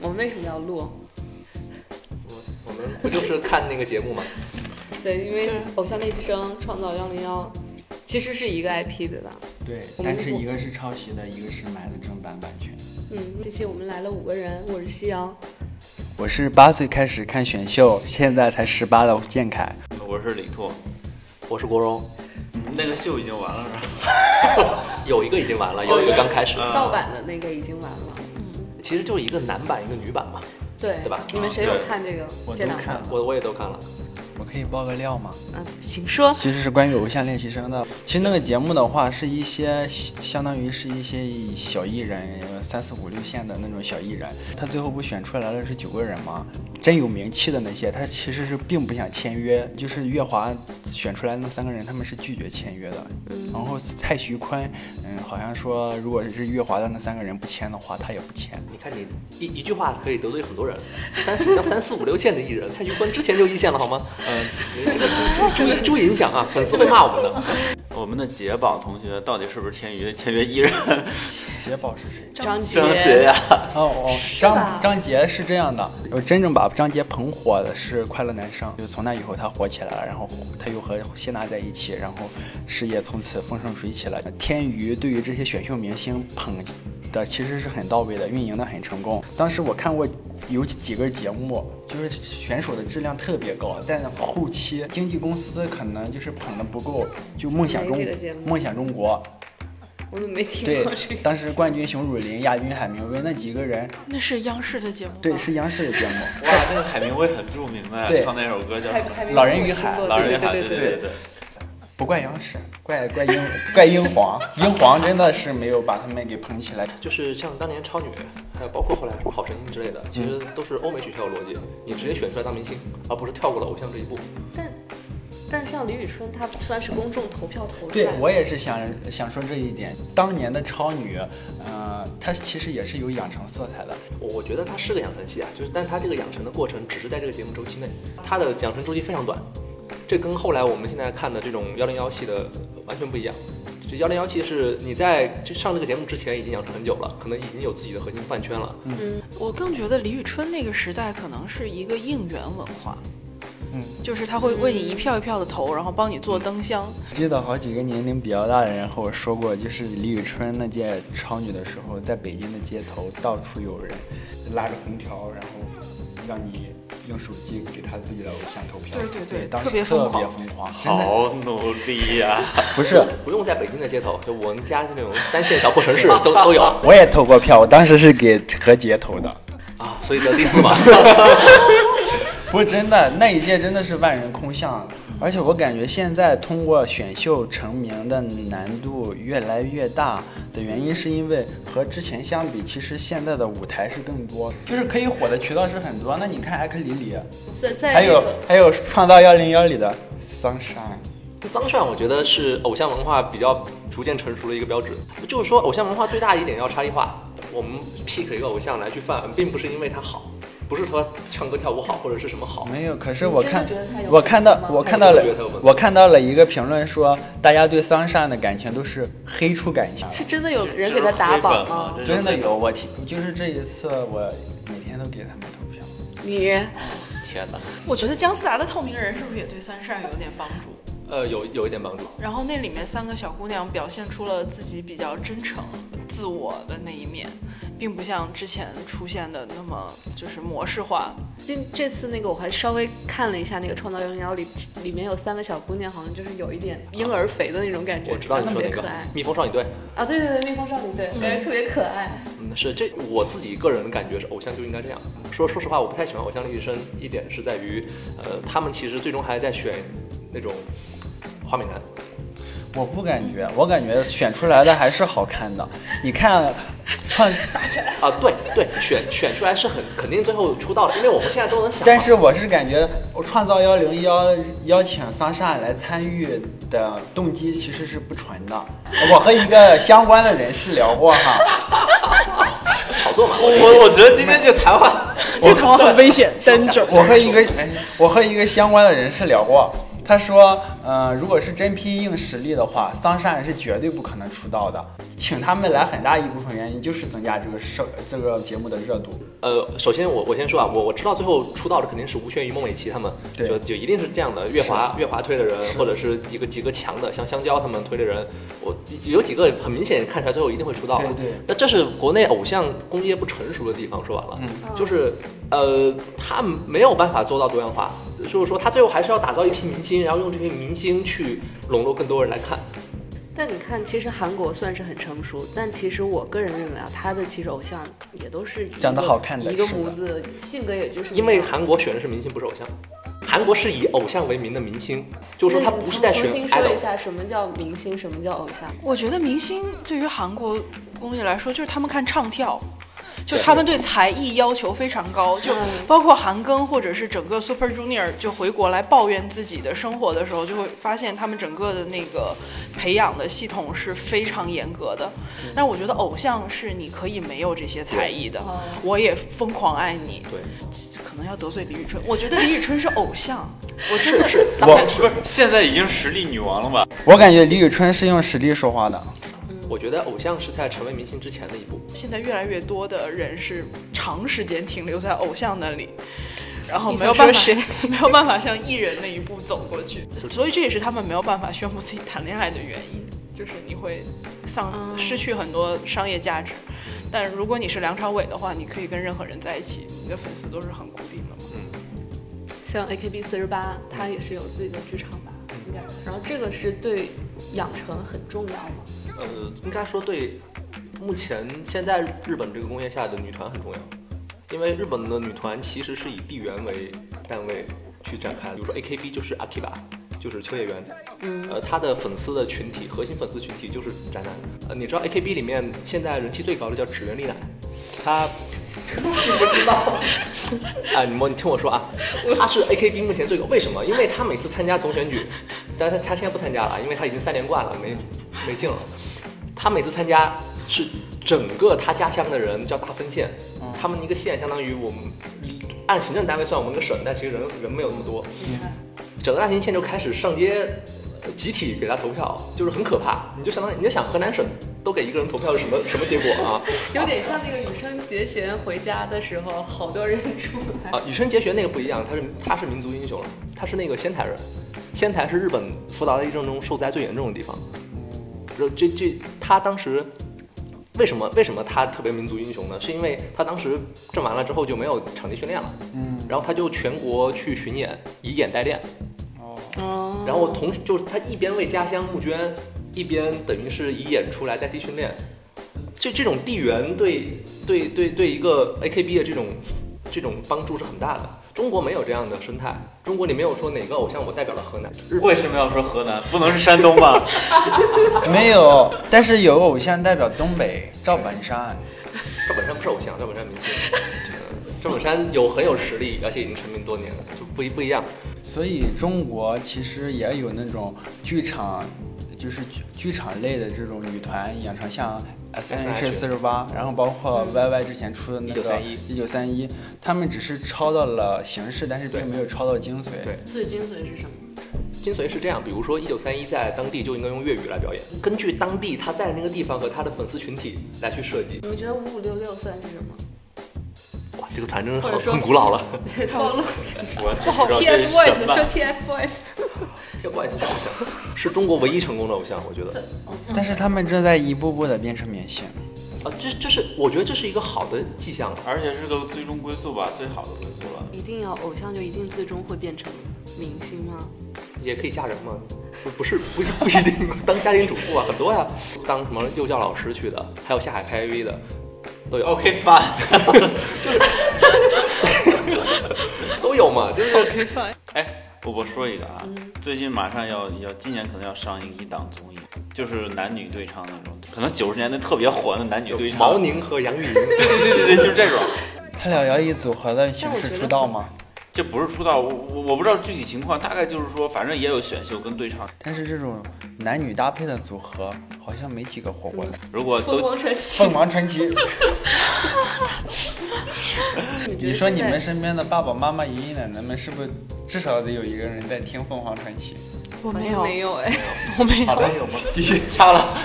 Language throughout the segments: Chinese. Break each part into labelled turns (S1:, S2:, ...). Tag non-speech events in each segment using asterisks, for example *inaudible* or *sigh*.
S1: 我们为什么要录？
S2: 我我们不就是看那个节目吗？
S1: 对，因为《偶像练习生》《创造幺零幺》其实是一个 IP，对吧？
S3: 对，
S1: 我们
S3: 但是
S1: 我
S3: 一个是抄袭的，一个是买的正版版权。
S1: 嗯，这期我们来了五个人，我是夕阳，
S3: 我是八岁开始看选秀，现在才十八的建凯。
S4: 我是李拓，
S2: 我是国荣，
S4: 那个秀已经完了是吧？
S2: 有一个已经完了，有一个刚开始，
S4: 啊
S1: 盗版的那个已经完了。
S2: 其实就是一个男版一个女版嘛。
S1: 对，
S2: 对吧
S1: 你们谁有
S4: 对
S1: 看这个
S3: 我
S1: 这
S3: 都
S1: 两
S3: 看
S1: 个？
S3: 了
S2: 我我也都看了，
S3: 我可以爆个料吗？
S1: 嗯，请说。
S3: 其实是关于偶像练习生的。其实那个节目的话，是一些相当于是一些以小艺人，呃三四五六线的那种小艺人。他最后不选出来了是九个人吗？真有名气的那些，他其实是并不想签约。就是月华选出来那三个人，他们是拒绝签约的。
S1: 嗯
S3: 然后蔡徐坤，嗯，好像说如果是月华的那三个人不签的话，他也不签。
S2: 你看你一一句话可以得罪很多人，三十到三四五六线的艺人，蔡徐坤之前就一线了好吗？
S4: 呃，
S2: 你这个注意注意影响啊，粉丝会骂我们的。
S4: 我们的杰宝同学到底是不是签 *laughs* 约签约艺人？
S3: 杰宝是谁？
S1: 张杰，
S4: 张杰呀、
S3: 哦哦，
S1: 吧
S3: 张张杰是这样的，我真正把张杰捧火的是《快乐男生》，就从那以后他火起来了，然后他又和谢娜在一起，然后事业从此风生水起了。天娱对于这些选秀明星捧的其实是很到位的，运营的很成功。当时我看过有几个节目，就是选手的质量特别高，但是后期经纪公司可能就是捧的不够，就梦想中
S1: 没这个节目
S3: 梦想中国
S1: 我怎么没听
S3: 对
S1: 过这，个？
S3: 当时冠军熊汝霖、亚军海明威那几个人。
S5: 那是央视的节目吗？
S3: 对，是央视的节目。
S4: *laughs* 哇，那个海明威很著名的
S3: 对
S4: 呀，唱那首歌叫
S1: 还
S4: 什么？
S1: 还没
S3: 老人与海
S1: 听过
S4: 老人与海，
S1: 对
S4: 对
S1: 对
S4: 对
S1: 对。
S4: 对。
S3: *laughs* 不怪央视，怪怪英怪英皇，英皇真的是没有把他们给捧起来。
S2: 就是像当年超女，还有包括后来什么好声音之类的，其实都是欧美取消的逻辑，你直接选出来当明星，而不是跳过了偶像这一步。
S1: 但但像李宇春，她虽然是公众投票投出来
S3: 对
S1: 的，
S3: 我也是想想说这一点。当年的超女，呃，她其实也是有养成色彩的。
S2: 我我觉得它是个养成系啊，就是，但它这个养成的过程只是在这个节目周期内，它的养成周期非常短，这跟后来我们现在看的这种幺零幺系的呃完全不一样。这幺零幺系是你在就上这个节目之前已经养成很久了，可能已经有自己的核心饭圈了。
S1: 嗯，
S5: 我更觉得李宇春那个时代可能是一个应援文化，
S3: 嗯，
S5: 就是他会为你一票一票的投，然后帮你做灯箱。
S3: 记得好几个年龄比较大的人和我说过，就是李宇春那届超女的时候，在北京的街头到处有人拉着红条，然后让你用手机给他自己的偶像投票。
S5: 对对对
S3: 当时
S5: 特别
S3: 特
S5: 疯
S3: 别
S5: 狂
S3: 疯狂，真的
S4: 好努力呀、
S3: 不是。
S2: 不用在北京的街头，就我们家这种三线小破城市
S3: *laughs*
S2: 都都有
S3: 我也投过票，我当时是给何洁投的。
S2: 啊，所以得第四嘛。
S3: 不是真的，那一届真的是万人空巷，而且我感觉现在通过选秀成名的难度越来越大的原因，是因为和之前相比，其实现在的舞台是更多，就是可以火的渠道哎是很多。那你看艾克里里，
S1: 在在
S3: 还
S1: 那
S3: 有
S1: 个
S3: 还有创造幺零幺里的 Sunshine，
S2: 桑帅，我觉得是偶像文化比较逐渐成熟的一个标志。就是说，偶像文化最大的一点要差异化。我们 pick 一个偶像来去犯，并不是因为他好，不是说唱歌跳舞好或者是什么好。
S3: 没有。可是我看
S1: 你真的觉得他有
S3: 我看到
S1: 本事吗
S3: 我看到了
S2: 我觉得他有本事
S3: 我看到了一个评论说，大家对 Sunshine 的感情都是黑出感情。
S1: 是真的有人给她打榜
S3: 啊
S1: 吗？
S4: 这
S3: 真的有，我听就是这一次，我每天都给他们投票。
S1: 你
S4: 天哪！
S5: 我觉得姜思达的《透明人》是不是也对三善有点帮助？
S2: 呃，有有一点帮助。
S5: 然后那里面三个小姑娘表现出了自己比较真诚、自我的那一面，并不像之前出现的那么就是模式化。
S1: 这这次那个我还稍微看了一下那个《创造幺零幺》里，里面有三个小姑娘，好像就是有一点婴儿肥的那种感觉，
S2: 我知道你
S1: 特
S2: 说哪
S1: 别
S2: 个
S1: 可爱
S2: 蜜蜂少女队，
S1: 啊！对对对，蜜蜂少女队，感觉特别可爱。
S2: 嗯，是这我自己个人的感觉是，偶像就应该这样。说说实话，我不太喜欢偶像练习生，一点是在于，呃，他们其实最终还在选那种花美男。
S3: 我不感觉，我感觉选出来的还是好看的。你看， *laughs* 创，
S2: 啊，对对，选选出来是很肯定最后出道的，因为我们现在都能想到。
S3: 但是我是感觉，我创造幺零幺邀请桑善来参与的动机其实是不纯的。我和一个相关的人士聊过哈，
S2: 炒作嘛，我理解
S4: 我我觉得今天这个谈 *laughs* 话，
S3: *laughs* 这他妈很危险，真准。我和一个我和一个相关的人士聊过，他说，呃，如果是真拼硬实力的话，桑善是绝对不可能出道的。请他们来很大一部分原因就是增加这个社这个节目的热度。
S2: 呃，首先我我先说啊，我我知道最后出道的肯定是吴宣仪、孟美岐他们，
S3: 对
S2: 就就一定是这样的，月华月华推的人，
S3: 是
S2: 或者是几个几个强的，像香蕉他们推的人，我有几个很明显看出来最后一定会出道
S3: 对
S2: 的。
S3: 对，
S2: 那这是国内偶像工业不成熟的地方，说完了，
S3: 嗯
S2: 就是呃，他没有办法做到多样化，就是说他最后还是要打造一批明星，然后用这些明星去笼络更多人来看。
S1: 但你看，其实韩国算是很成熟，但其实我个人认为啊，他的其实偶像也都是一个
S3: 长得好看的
S1: 一个
S3: 是的
S1: 模子，性格也就是那样
S2: 因为韩国选的是明星，不是偶像。韩国是以偶像为名的明星，就是说他不是在选
S1: 重新说
S2: idol
S1: 一。下什么叫明星，什么叫偶像？
S5: 我觉得明星对于韩国工业来说，就是他们看唱跳，就他们对才艺要求非常高，就
S1: 嗯
S5: 包括韩庚或者是整个 Super Junior 就回国来抱怨自己的生活的时候，就会发现他们整个的那个培养的系统是非常严格的。但我觉得偶像是你可以没有这些才艺的，
S1: 哦
S5: 我也疯狂爱你。
S2: 对，
S5: 可能要得罪李宇春，我觉得李宇春是偶像，
S2: 我是是，当
S3: 我
S2: 然是。
S4: 现在已经实力女王了吧？
S3: 我感觉李宇春是用实力说话的。
S2: 我觉得偶像是在成为明星之前的一步。
S5: 现在越来越多的人是长时间停留在偶像那里，然后
S1: 你
S5: 没有
S1: 想
S5: 办法
S1: 说
S5: *laughs* 没有办法像艺人那一步走过去，所以这也是他们没有办法宣布自己谈恋爱的原因，就是你会丧
S1: 嗯
S5: 失去很多商业价值。但如果你是梁朝伟的话，你可以跟任何人在一起，你的粉丝都是很固定的嘛。
S1: 像 AKB 四十八，它也是有自己的剧场吧，应该。然后这个是对养成很重要嘛？
S2: 呃，应该说对目前现在日本这个工业下的女团很重要，因为日本的女团其实是以地缘为单位去展开的，比如说 AKB 就是 Akiba。就是秋叶原，
S1: 嗯，
S2: 呃，她的粉丝的群体，核心粉丝群体就是宅男。呃，你知道 AKB 里面现在人气最高的叫指原莉乃，她你不知道？啊，你们你听我说啊，她是 AKB 目前最高，为什么？因为她每次参加总选举，但是她她现在不参加了，因为她已经三连冠了，没没劲了。他每次参加是整个他家乡的人叫大分县，他们一个县相当于我们一按行政单位算我们一个省，但其实人人没有那么多。整个大兴县就开始上街，呃集体给他投票，就是很可怕。你就相当于你就想河南省都给一个人投票是什么什么结果啊？
S1: 有点像那个羽生结弦回家的时候，好多人出来。
S2: 啊，羽生结弦那个不一样，他是他是民族英雄了，他是那个仙台人，仙台是日本福岛大地震中受灾最严重的地方。这这这，他当时为什么为什么他特别民族英雄呢？是因为他当时震完了之后就没有场地训练了，
S3: 嗯，
S2: 然后他就全国去巡演，以演代练，
S3: 哦，
S1: 哦
S4: 啊
S2: 然后同就是他一边为家乡募捐，一边等于是以演出来代替训练，这这种地缘对对对对一个 AKB 的这种这种帮助是很大的。中国没有这样的生态，中国你没有说哪个偶像我代表了河南，日本
S4: 为什么要说河南？不能是山东 *laughs* 吧？
S3: 没有，但是有偶像代表东北赵本山。
S2: 赵本山不是偶像，赵本山明星。呃赵本山有很有实力，而且已经成名多年了，就不一不一样。
S3: 所以中国其实也有那种剧场，就是剧剧场类的这种女团养成，像 S N H 四十八，然后包括 Y Y 之前出的那个
S2: 1931
S3: 一九三一，他们只是抄到了形式，但是并没有抄到精髓。
S2: 对
S1: 最精髓是什么？
S2: 精髓是这样，比如说一九三一在当地就应该用粤语来表演，根据当地他在那个地方和他的粉丝群体来去设计。
S1: 你们觉得五五六六算是什么？
S2: 哇，这个团真是
S1: 或
S2: 很
S1: 者说
S2: 很古老了。
S1: 暴 *laughs* 露
S4: 我就不知道这是什
S1: TFBOYS
S4: 么
S1: 说。TFBOYS，
S2: 这不好意思，是偶像，是中国唯一成功的偶像，我觉得。
S3: 但是他们正在一步步的变成明星。
S2: 啊，这这是我觉得这是一个好的迹象。啊
S4: 而且是个最终归宿吧，最好的归宿了。
S1: 一定要偶像就一定最终会变成明星吗？
S2: 也可以嫁人嘛？不不是不是不一定当家庭主妇啊，很多呀、当什么幼教老师去的，还有下海拍 AV 的，都有
S4: OK fine。
S2: 都有嘛，就是
S5: OK fine，
S4: 哎，我我说一个啊，最近马上要要今年可能要上映一档综艺，就是男女对唱那种，可能九十年代特别火的男女对唱。
S2: 毛宁和杨钰莹。
S4: 对对对对，就是这种。
S3: 他俩要以组合的形式出道吗？
S4: 这不是出道，我我我不知道具体情况，大概就是说，反正也有选秀跟对唱，
S3: 但是这种男女搭配的组合好像没几个火过的。
S4: 如果
S1: 凤
S4: 都
S1: 凰传奇
S3: 凤，凰传奇，
S1: 觉得
S3: 你说
S1: 现
S3: 你
S1: 在
S3: 们身边的爸爸妈妈、爷爷奶奶们是不是至少得有一个人在听凤凰传奇？
S5: 我
S1: 好
S5: 没
S1: 像
S5: 有，
S1: 没有哎。
S5: 我没有。
S4: 有吗？继续掐了。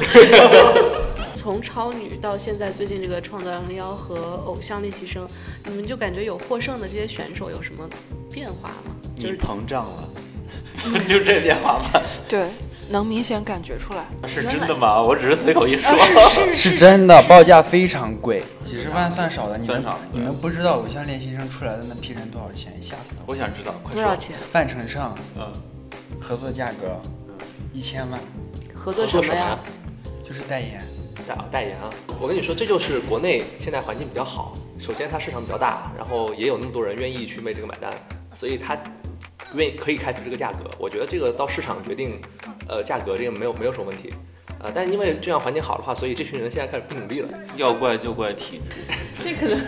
S1: 从超女到现在最近这个创造幺零幺和偶像练习生，你们就感觉有获胜的这些选手有什么变化吗？就
S4: 你
S1: 是
S4: 膨胀了， *laughs* 就这变化吧？
S5: 对，能明显感觉出来。
S4: 是真的吗？ *laughs* 哎我只是随口一说。 *laughs*
S5: 是
S3: 是真的，报价非常贵，几十万算少的。你
S4: 算
S3: 们
S4: 少的
S3: 你们不知道偶像练习生出来的那批人多少钱，吓死我！
S4: 我想知道，快
S1: 多少
S4: 说。
S1: 钱？
S3: 范丞丞
S4: 嗯，
S3: 合作价格一千万，
S1: 合作什么呀？
S3: 就是代言。
S2: 代代言啊！我跟你说，这就是国内现在环境比较好。首先，它市场比较大，然后也有那么多人愿意去为这个买单，所以它愿意可以开出这个价格。我觉得这个到市场决定，呃，价格这个没有没有什么问题。呃，但因为这样环境好的话，所以这群人现在开始不努力了。
S4: 要怪就怪体制，
S1: 这可能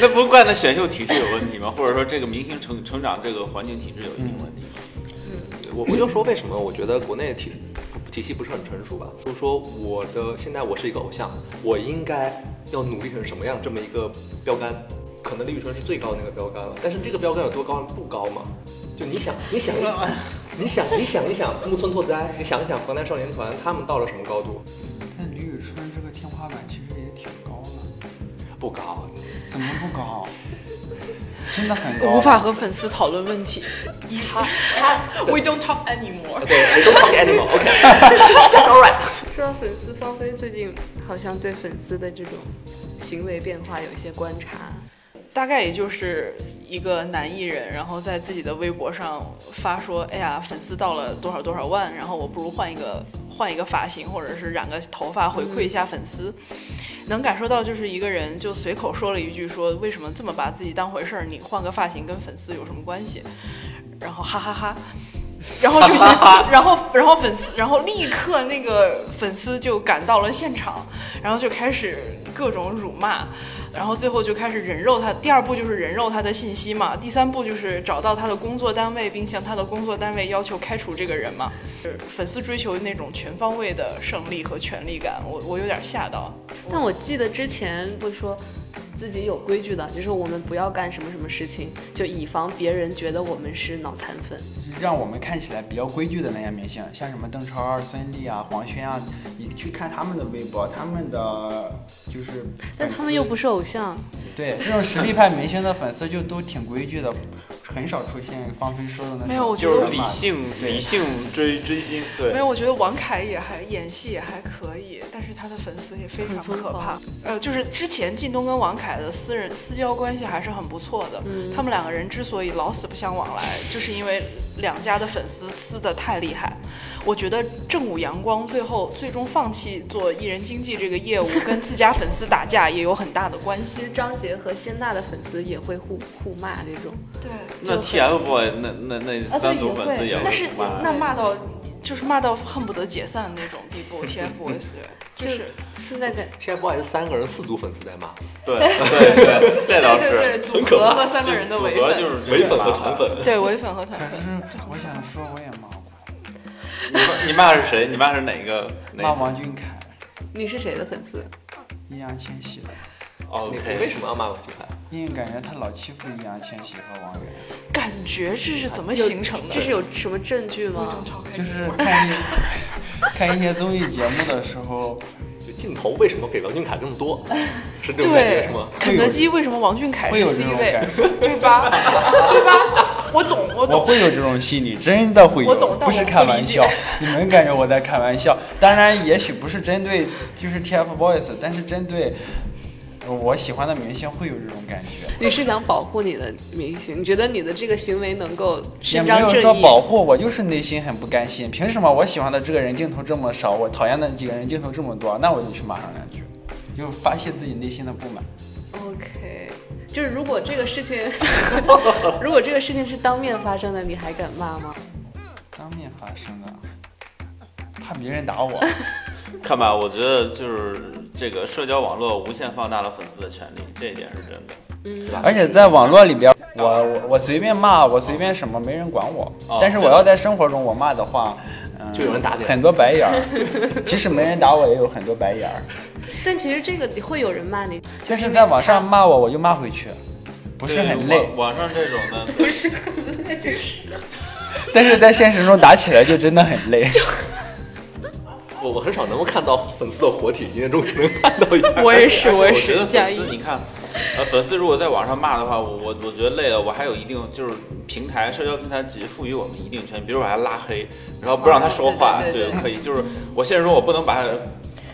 S4: 那不怪那选秀体制有问题吗？或者说这个明星成成长这个环境体制有一定问题？
S2: 我我就说为什么我觉得国内体体系不是很成熟吧？就是说我的现在我是一个偶像，我应该要努力成什么样这么一个标杆，可能李宇春是最高的那个标杆了，但是这个标杆有多高？不高嘛？就你想，你想，你想，你想一想木村拓哉，你想一想河南少年团，他们到了什么高度？
S3: 但李宇春这个天花板其实也挺高了，
S2: 不高。
S3: 怎么不高？真的很高。啊
S5: 无法和粉丝讨论问 *laughs* 题。
S2: 他他
S5: We don't talk anymore。
S2: 对，we don't talk anymore，OK，that's、all right。
S1: 说到粉丝，芳菲最近好像对粉丝的这种行为变化有一些观察。
S5: 大概也就是一个男艺人，然后在自己的微博上发说：“哎呀，粉丝到了多少多少万，然后我不如换一个换一个发型，或者是染个头发回馈一下粉丝。能感受到就是一个人就随口说了一句说：“为什么这么把自己当回事儿？你换个发型跟粉丝有什么关系？”然后哈哈哈然后就， *laughs* 然后，然后粉丝，然后立刻那个粉丝就赶到了现场，然后就开始各种辱骂，然后最后就开始人肉他。第二步就是人肉他的信息嘛，第三步就是找到他的工作单位，并向他的工作单位要求开除这个人嘛。是粉丝追求那种全方位的胜利和权力感，我我有点吓到。
S1: 但我记得之前不是说自己有规矩的，就是我们不要干什么什么事情，就以防别人觉得我们是脑残粉。
S3: 让我们看起来比较规矩的那些明星，像什么邓超、啊、孙俪啊、黄轩啊，你去看他们的微博，他们的就是，
S1: 但他们又不是偶像，
S3: 对这种实力派明星的粉丝就都挺规矩的，很少出现芳菲说的那种。
S5: 没有我觉得
S3: 是
S4: 就是理性
S3: 对
S4: 理性追追星，对
S5: 没。有，我觉得王凯也还演戏也还可以，但是他的粉丝也非常
S1: 很疯
S5: 可怕
S1: 狂。
S5: 呃，就是之前靳东跟王凯的私人私交关系还是很不错的，
S1: 嗯
S5: 他们两个人之所以老死不相往来，就是因为两家的粉丝撕得太厉害。我觉得正午阳光最后最终放弃做艺人经纪这个业务，跟自家粉丝打架也有很大的关系。
S1: *laughs* 其实张杰和谢娜的粉丝也会互互骂这种。
S5: 对，
S4: 那
S1: 就
S4: TFBOYS 那那那
S5: 啊
S1: 对
S4: 三组
S1: 也
S4: 粉丝
S1: 会
S4: 也
S5: 但是
S4: 会骂
S5: 那骂到就是骂到恨不得解散那种地步，TFBOYS
S1: *laughs*
S5: 就是。
S1: 现在感
S2: ，TFBOYS 三个人四组粉丝在骂，
S4: 对对对，这倒
S5: 对对对，
S4: 是
S5: 组
S2: 可
S5: 合
S2: 怕
S5: 和三个人的
S4: 组
S5: 唯
S4: 合
S5: 粉，
S4: 就是这
S2: 唯
S4: 样
S2: 粉和
S4: 骂
S2: 团粉。
S5: 对唯粉和团
S3: 可
S5: 粉。
S3: 是我想说，我也骂过，
S4: 你骂你骂是谁？你骂是哪个？哪
S3: 骂
S4: 一组
S3: 王俊凯、
S1: 你是谁的粉丝？
S3: 易烊千玺的，
S2: 你你为
S4: 哦？OK，
S2: 什么要骂王俊凯？
S3: 因为感觉他老欺负易烊千玺和王源，
S5: 感觉这是怎么形成的？
S1: 这是有什么证据吗？
S3: 就是看一 *laughs* 看一些综艺节目的时候，
S2: 就镜头为什么给王俊凯那么多？是这种感觉
S5: 对
S2: 是吗？，
S5: 肯德基为什么王俊凯
S3: 会有
S5: 是
S3: 这
S5: C
S3: 种
S5: 位
S3: 感，觉。
S5: 对吧？对吧？我懂，我
S3: 我
S5: 懂。
S3: 会有这种心理，真的会有，
S5: 我懂但
S3: 不是
S5: 我不
S3: 开玩
S5: 理解
S3: 笑。 *laughs* 你们感觉我在开玩笑，当然也许不是针对就是 TFBOYS，但是针对呃我喜欢的明星会有这种感觉。
S1: 你是想保护你的明星？你觉得你的这个行为能够
S3: 也
S1: 伸
S3: 没
S1: 张
S3: 有
S1: 正
S3: 说
S1: 义？
S3: 保护我，就是内心很不甘心。凭什么我喜欢的这个人镜头这么少，我讨厌的几个人镜头这么多？那我就去骂上两句，就发泄自己内心的不满。
S1: OK，就是如果这个事情，如果这个事情是当面发生的，你还敢骂吗？
S3: 当面发生的，怕别人打我。
S4: 看吧，我觉得就是这个社交网络无限放大了粉丝的权利，这一点是真的。
S1: 嗯，
S3: 而且在网络里边，我我我随便骂，我随便什么，没人管我。
S4: 哦
S3: 但是我要在生活中我骂的话，嗯，
S2: 就有人打你
S3: 很多白眼
S2: *laughs*
S3: 儿。即使没人打我，也有很多白眼儿。
S1: 但其实这个会有人骂你，
S3: 但是在网上骂我，我就骂回去，不是很
S4: 对
S3: 累
S4: 网。网上这种呢，
S3: 但是在现实中打起来就真的很累。
S2: 我我很少能够看到粉丝的活体，今天终于能看到一个。
S5: *laughs* 我也
S2: *laughs*
S5: 是，
S4: 而且
S5: 我也
S4: 觉
S5: 是
S4: 得
S5: 加
S4: 粉
S5: 一
S4: 丝，。你看，呃，粉丝如果在网上骂的话，我我我觉得累了，我还有一定就是平台，社交平台只赋予我们一定权，比如我还拉黑，然后不让他说话，
S1: 哦对对对对
S4: 可以。就是我现实中我不能把，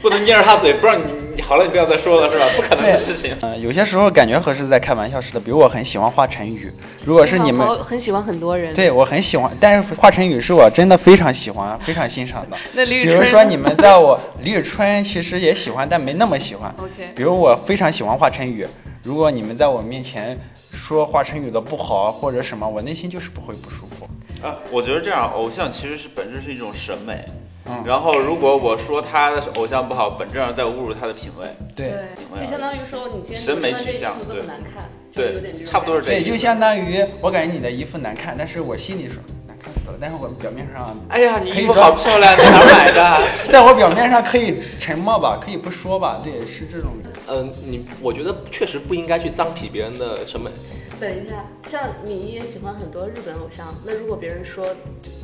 S4: 不能捏着他嘴，不让你，你好了，你不要再说了，是吧？不可能的事情。
S3: 嗯、有些时候感觉和是在开玩笑似的，比如我很喜欢华晨宇，如果是你们
S1: 我很喜欢很多人。
S3: 对，我很喜欢，但是华晨宇是我真的非常喜欢、非常欣赏的。
S1: 那李
S3: 比
S1: 宇春，
S3: 如说你们在我李宇春其实也喜欢，但没那么喜欢。
S1: OK，
S3: 比如我非常喜欢华晨宇，如果你们在我面前说华晨宇的不好啊或者什么，我内心就是不会不舒服。
S4: 啊，我觉得这样，偶像其实是本质是一种审美。
S3: 嗯
S4: 然后如果我说他的偶像不好，本质上在侮辱他的品味。
S3: 对
S1: 就相当于说你今天
S4: 审美
S1: 穿这
S4: 取
S1: 衣
S4: 向
S1: 服这
S4: 对
S1: 么难看，就有
S4: 对
S1: 点这，种
S4: 差不多是
S1: 感
S4: 这
S3: 对，
S4: 个意思。
S3: 就相当于我感觉你的衣服难看，但是我心里说难看死了，但是我表面上， *laughs*
S4: 哎呀，你衣服好漂亮，你哪儿买的？ *laughs*
S3: 但我表面上可以沉默吧，可以不说吧，对，是这种。
S2: 嗯，你我觉得确实不应该去脏体别人的审美。
S1: 觉。等一下，像你也喜欢很多日本偶像，嗯那如果别人说就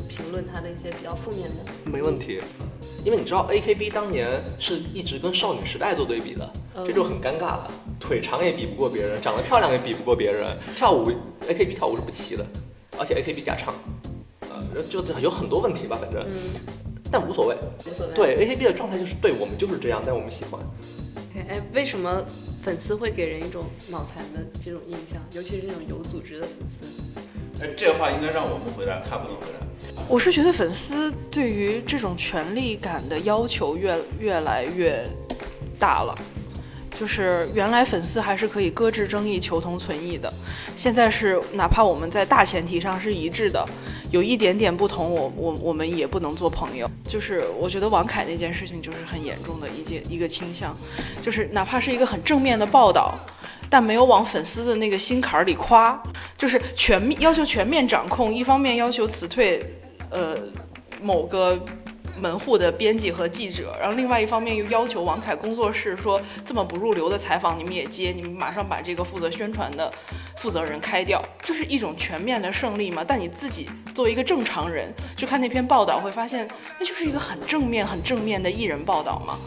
S1: 评论他的一些比较负面的，
S2: 没问题，因为你知道 AKB 当年是一直跟少女时代做对比的，
S1: 嗯
S2: 这就很尴尬了。腿长也比不过别人，长得漂亮也比不过别人，跳舞 AKB 跳舞是不齐的，而且 AKB 假唱，呃，就有很多问题吧，反正，
S1: 嗯，
S2: 但无所谓。
S1: 无所谓。
S2: 对 AKB 的状态就是对我们就是这样，但我们喜欢。
S1: OK，哎，为什么粉丝会给人一种脑残的这种印象，尤其是这种有组织的粉丝？
S4: 哎这话应该让我们回答，他不能回答。
S5: 我是觉得粉丝对于这种权力感的要求越越来越大了。就是原来粉丝还是可以搁置争议、求同存异的，现在是哪怕我们在大前提上是一致的，有一点点不同，我我我们也不能做朋友。就是我觉得王凯那件事情就是很严重的一件一个倾向，就是哪怕是一个很正面的报道，但没有往粉丝的那个心坎儿里夸，就是全面要求全面掌控，一方面要求辞退，呃，某个门户的编辑和记者，然后另外一方面又要求王凯工作室说这么不入流的采访你们也接，你们马上把这个负责宣传的负责人开掉，这是一种全面的胜利嘛？但你自己作为一个正常人去看那篇报道，会发现那就是一个很正面、很正面的艺人报道嘛。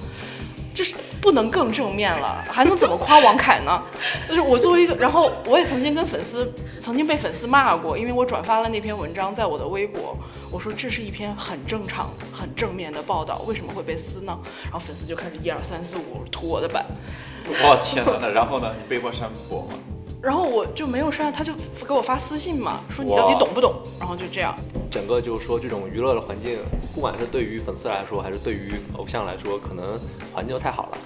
S5: 就是不能更正面了，还能怎么夸王凯呢？就是我作为一个，然后我也曾经跟粉丝曾经被粉丝骂过，因为我转发了那篇文章在我的微博，我说这是一篇很正常、很正面的报道，为什么会被撕呢？然后粉丝就开始一二三四五涂我的版，
S4: 哦天哪，那然后呢？你被迫删博吗？
S5: 然后我就没有删，他就给我发私信嘛，说你到底
S4: 哇
S5: 懂不懂？然后就这样，
S2: 整个就是说这种娱乐的环境，不管是对于粉丝来说，还是对于偶像来说，可能环境太好了。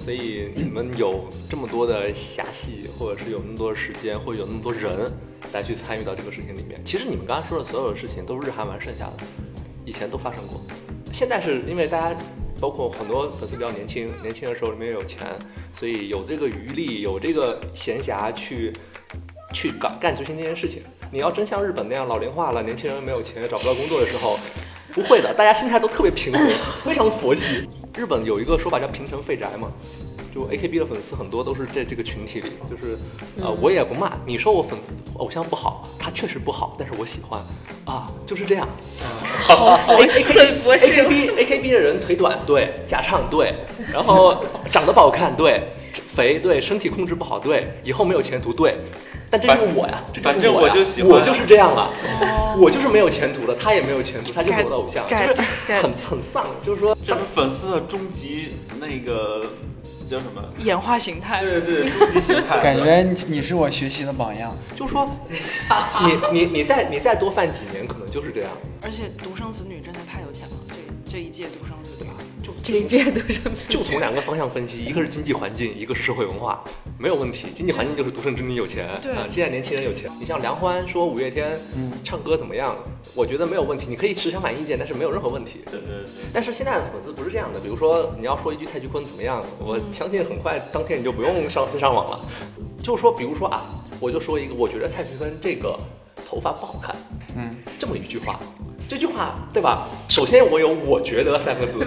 S2: 所以你们有这么多的暇隙，或者是有那么多的时间，或者有那么多人来去参与到这个事情里面。其实你们刚才说的所有的事情都是日韩玩剩下的，以前都发生过。现在是因为大家包括很多粉丝比较年轻，年轻的时候没有钱，所以有这个余力，有这个闲暇去去干干球星这件事情。你要真像日本那样老龄化了，年轻人没有钱找不到工作的时候，不会的，大家心态都特别平和，非常佛系。日本有一个说法叫“平成废宅”嘛，就 AKB 的粉丝很多都是在这个群体里，就是呃，
S1: 嗯
S2: 我也不骂你说我粉丝偶像不好，他确实不好，但是我喜欢啊，就是这样。好佛
S5: 哎
S2: 系，很佛系。AKB AKB 的人腿短，对，假唱对，然后长得不好看，对，肥对，身体控制不好，对，以后没有前途，对。但这就是我呀，这就是
S4: 反正
S2: 我
S4: 我
S2: 呀
S4: 就喜欢
S2: 我就是这样了，啊我就是没有前途的，他也没有前途，他就是我的偶像，就
S5: 哦 Get-
S2: 是
S5: get-
S2: 很很丧，就是说
S4: 这是粉丝的终极那个叫什么？
S5: 演化形
S4: *laughs*
S5: 态。
S4: 对对，终极形态。
S3: 感觉你你是我学习的榜样。
S2: 就说 *laughs* 你你你再你再多犯几年，可能就是这样。
S5: 而且独生子女真的太有钱了，这这一届独生子女。
S2: 就
S1: 这一届都上去，
S2: 就从两个方向分析，一个是经济环境，一个是社会文化，没有问题。经济环境就是独生子女有钱，
S5: 对
S2: 啊，现在年轻人有钱。你像梁欢说五月天
S3: 嗯
S2: 唱歌怎么样，我觉得没有问题，你可以持相反意见，但是没有任何问题。
S4: 对对对。
S2: 但是现在的粉丝不是这样的，比如说你要说一句蔡徐坤怎么样，我相信很快当天你就不用上上网了。就是说，比如说啊，我就说一个，我觉得蔡徐坤这个头发不好看，
S3: 嗯，
S2: 这么一句话，这句话对吧？首先我有我觉得三个字，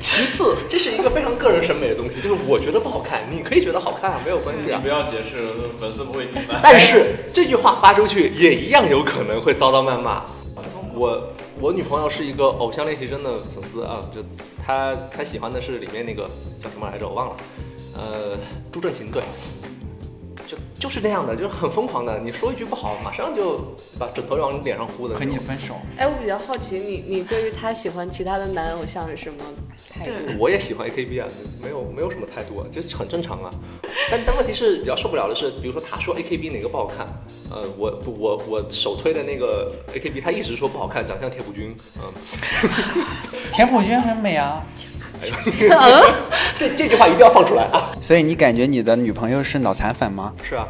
S2: 其次这是一个非常个人审美的东西，就是我觉得不好看，你可以觉得好看啊，没有关系
S4: 你
S2: 啊
S4: 不。要解释，粉丝不会听的。
S2: 哎但是这句话发出去也一样有可能会遭到谩骂。
S5: 我
S2: 我我女朋友是一个偶像练习生的粉丝啊，就她她喜欢的是里面那个叫什么来着，我忘了，呃，朱正勤对，就就是那样的，就是很疯狂的，你说一句不好，马上就把枕头往脸上呼的那
S3: 和
S2: 种。
S3: 你分手，
S1: 哎，我比较好奇你，你对于他喜欢其他的男偶像是什么态度？
S2: *laughs* 我也喜欢 AKB 啊，没有没有什么态度啊，就是很正常啊。但但问题是比较受不了的是，比如说他说 AKB 哪个不好看，呃，我我我首推的那个 AKB，他一直说不好看，长相铁不均，嗯、
S3: 田馥甄很美啊。
S2: 这这句话一定要放出来啊。
S3: 所以你感觉你的女朋友是脑残粉吗？
S2: 是啊，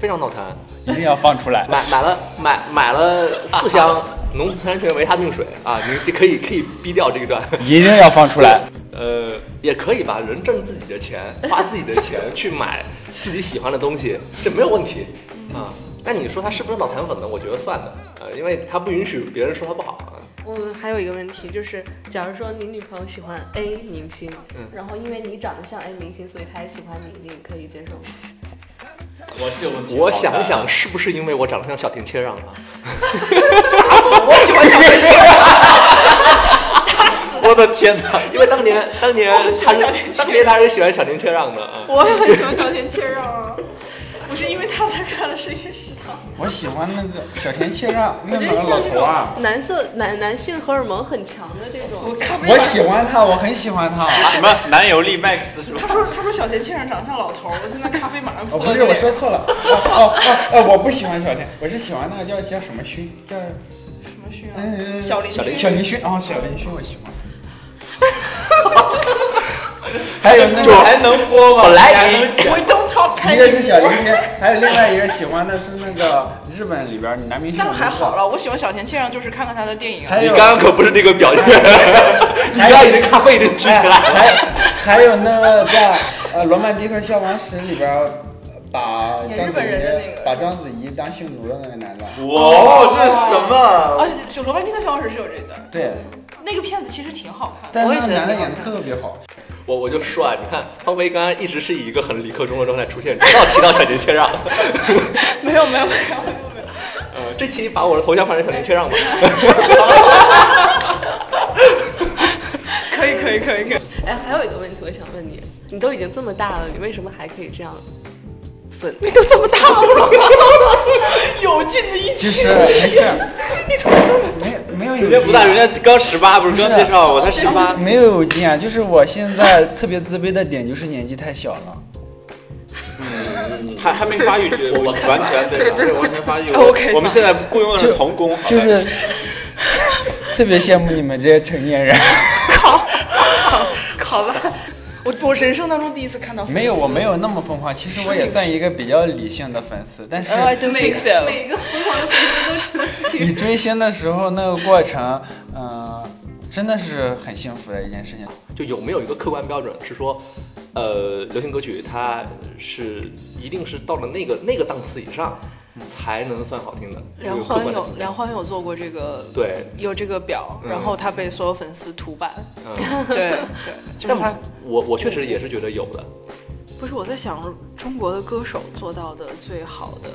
S2: 非常脑残，
S3: 一定要放出来。
S2: 买买了买买了四箱 *laughs* 农夫山泉维他命水啊，你这可以可以逼掉这一段。
S3: *laughs* 一定要放出来。
S2: 呃，也可以吧，人挣自己
S1: *laughs*
S2: 的钱，花自己的钱去买自己喜欢的东西，这没有问题啊。那你说他是不是脑残粉呢？我觉得算的，呃，因为他不允许别人说他不好啊。
S1: 我们还有一个问题就是，假如说你女朋友喜欢 A 明星，
S2: 嗯
S1: 然后因为你长得像 A 明星，所以她也喜欢你，你可以接受吗？
S4: 我这问
S2: 我想一想，，是不是因为我长得像小田切让
S1: *laughs*
S2: 啊？
S1: 我喜欢小田切让，
S4: 我的天哪！
S2: 因为当年当年他是当年他是喜欢小田切让的啊。
S5: 我也很喜欢小田切让啊， *laughs* 不是因为他才看了《深夜食堂》。
S3: 我喜欢那个小田切让，
S1: 我
S3: 那
S1: 觉得
S3: 个老
S1: 像这
S3: 头啊。
S1: 种男色男男性荷尔蒙很强的这种，
S5: 看
S3: *laughs* 我喜欢他，我很喜欢他。
S4: 什么男友力 max 是吧？
S5: 他说他说小田切让长相老头儿，我现在咖啡马上
S3: 哦，
S5: 泼
S3: 不
S5: 了
S3: 是，
S5: 脸
S3: 我说错了。哦哦哦哦，我不喜欢小田，我是喜欢那个叫叫什么勋，叫
S5: 什么虚啊？
S3: 嗯
S5: 小林勋
S3: 小林勋哦，小林勋我喜
S5: *laughs*
S3: 欢。还有那
S4: 这
S3: 个，
S4: 还能播吗？
S2: 本来你
S4: 还能讲
S5: We don't talk
S3: 一个是
S5: anymore
S3: 小林勋，还有另外一个喜欢的是那个日本里边男明星。
S5: 但还好了，我喜欢小田切让就是看看他的电影啊。
S3: 还
S1: 哎
S2: 你
S3: 有
S2: 刚刚可不是那个表
S1: *laughs*
S2: 现，你
S3: 还有
S2: 刚刚你的咖啡已经支起来了。
S3: 哎还有还有那个在呃《罗曼蒂克消亡史》里边儿，把章
S5: 演日
S3: 子
S5: 本人的那
S3: 怡
S5: 个
S3: 把章子怡当性奴的那个男的，
S4: 哇，哦这是什么？
S5: 而且《就哦罗曼蒂克消亡史》是有这一段，
S3: 对，
S5: 那个片子其实挺好看的。
S3: 但
S1: 我
S3: 那
S1: 也
S3: 个
S1: 觉得
S3: 男的
S1: 挺好
S3: 演的特别好。
S2: 我我就说啊，你看汤唯刚刚一直是以一个很理科中的状态出现，直到提到小田切让。
S5: *laughs*
S2: *laughs*
S5: 没有没有没有没有没有，
S2: 呃，这期把我的头像换成小田切让吧。 *laughs*
S5: 可以可以可以可以。
S1: 哎，还有一个问题我想问你，你都已经这么大了，你为什么还可以这样粉？
S5: 你都这么大了，有劲的一
S3: 其 *laughs*
S5: 期。
S3: 实没事，没没有有
S4: 人家
S3: 劲
S4: 不大，人家刚十八，不是
S3: 不是
S4: 刚介绍我才十八。
S3: 没有有劲啊，就是我现在特别自卑的点就是年纪太小了。
S4: 还还没发育，这我完全对吧？对，完全发育。
S5: OK，
S4: 我们现在雇佣的是童工，好
S3: 就
S4: 吧
S3: 是特别羡慕你们这些成年人。
S5: 好吧，我我人生当中第一次看
S3: *laughs*
S5: 到哦
S3: 没有，我没有那么疯狂，其实我也算一个比较理性的粉丝，但是
S5: Oh,
S1: 哎
S5: I don't think
S1: *laughs*
S5: so。
S1: 每一个疯狂的粉丝都觉得自
S3: 你
S1: 己
S3: 追星的时候那个过程，嗯、真的是很幸福的一件事情。
S2: 就有没有一个客观标准是说，呃，流行歌曲它是一定是到了那个那个档次以上，才能算好听的。
S5: 梁
S2: 有客
S5: 欢
S2: 观的
S5: 有梁欢有做过这个。
S2: 对，
S5: 有这个表，
S2: 嗯
S5: 然后他被所有粉丝涂版。
S2: *laughs* 嗯，
S5: 对对，就是他
S2: 但。我我确实也是觉得有的。
S5: 不是我在想，中国的歌手做到的最好的，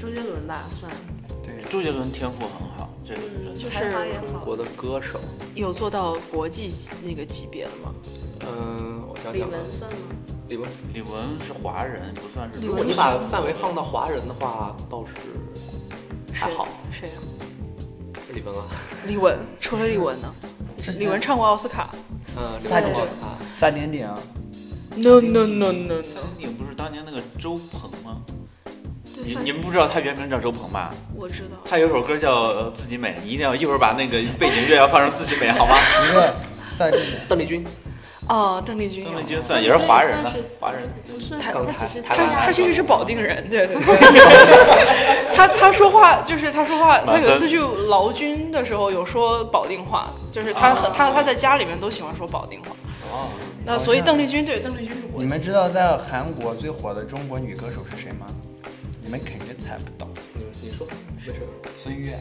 S1: 周杰伦吧，算嗯了，
S4: 周杰伦天赋很好，这个人
S5: 就是
S1: 才华也
S2: 中
S1: 好
S2: 国。的歌手，
S5: 有做到国际那个级别的吗？
S2: 嗯，我想
S1: 李
S2: 想
S1: 玟
S2: 啊，
S1: 算吗？
S2: 李玟，
S4: 李玟是华人，不算是。
S5: 李
S2: 如
S5: 玟
S2: 果
S5: 是
S2: 你把范围放到华人的话，倒是还
S5: 谁
S2: 好。
S5: 谁啊？
S2: 李玟啊，
S5: 李玟，除了李玟呢？李玟唱过奥斯卡。
S2: 嗯，李
S3: 大
S2: 玟
S1: 姐
S2: 好啊。
S3: 撒点点啊，
S5: No no no no
S4: 三
S5: no。
S4: 零零不是当年那个周鹏吗？
S5: 对，
S4: 你
S5: 算
S4: 你们不知道他原名叫周鹏吧？
S5: 我知道。
S4: 他有首歌叫呃《自己美》，你一定要一会儿把那个背景乐要放成《自己美》好吗？
S3: 一个撒点点。
S2: 邓丽君，
S5: 哦，邓丽君有。
S4: 邓丽君算也是华人的
S1: 对算是，
S4: 华人。
S1: 不算
S2: 台
S1: 他
S2: 台
S1: 只是
S2: 台
S5: 他
S2: 湾
S5: 是
S2: 人
S5: 他其实是保定人，对对对。
S6: *laughs*
S5: 他他说话就是他说话，他有一次去劳军的时候有说保定话，就是他很、他他在家里面都喜欢说保定话。
S4: 哦，
S5: 那所以邓丽君对邓丽君是国
S3: 你
S5: 际
S3: 们知道在韩国最火的中国女歌手是谁吗？你们肯定猜不到，
S2: 你你说没事。
S3: 孙悦。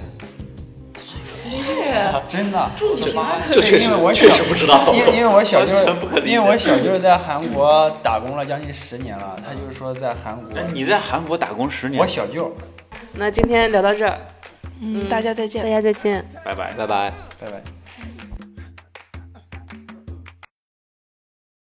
S5: 对
S3: *laughs* 真的，
S5: 祝你妈
S2: 这
S3: *laughs*
S2: 确实
S3: 因为我
S2: 确
S3: 小
S2: 实不知道
S3: 因因为我小就
S4: 完
S3: 是
S4: 全不可理解
S3: 因为我小就是在韩国打工了将近十年了，他就是说在韩国
S4: 哎，，你在韩国打工十年，
S3: 我小舅，
S1: 那今天聊到这儿，
S6: 嗯，大家再见
S7: 大。家再见。
S5: 拜拜。
S1: 拜拜。
S2: 拜拜。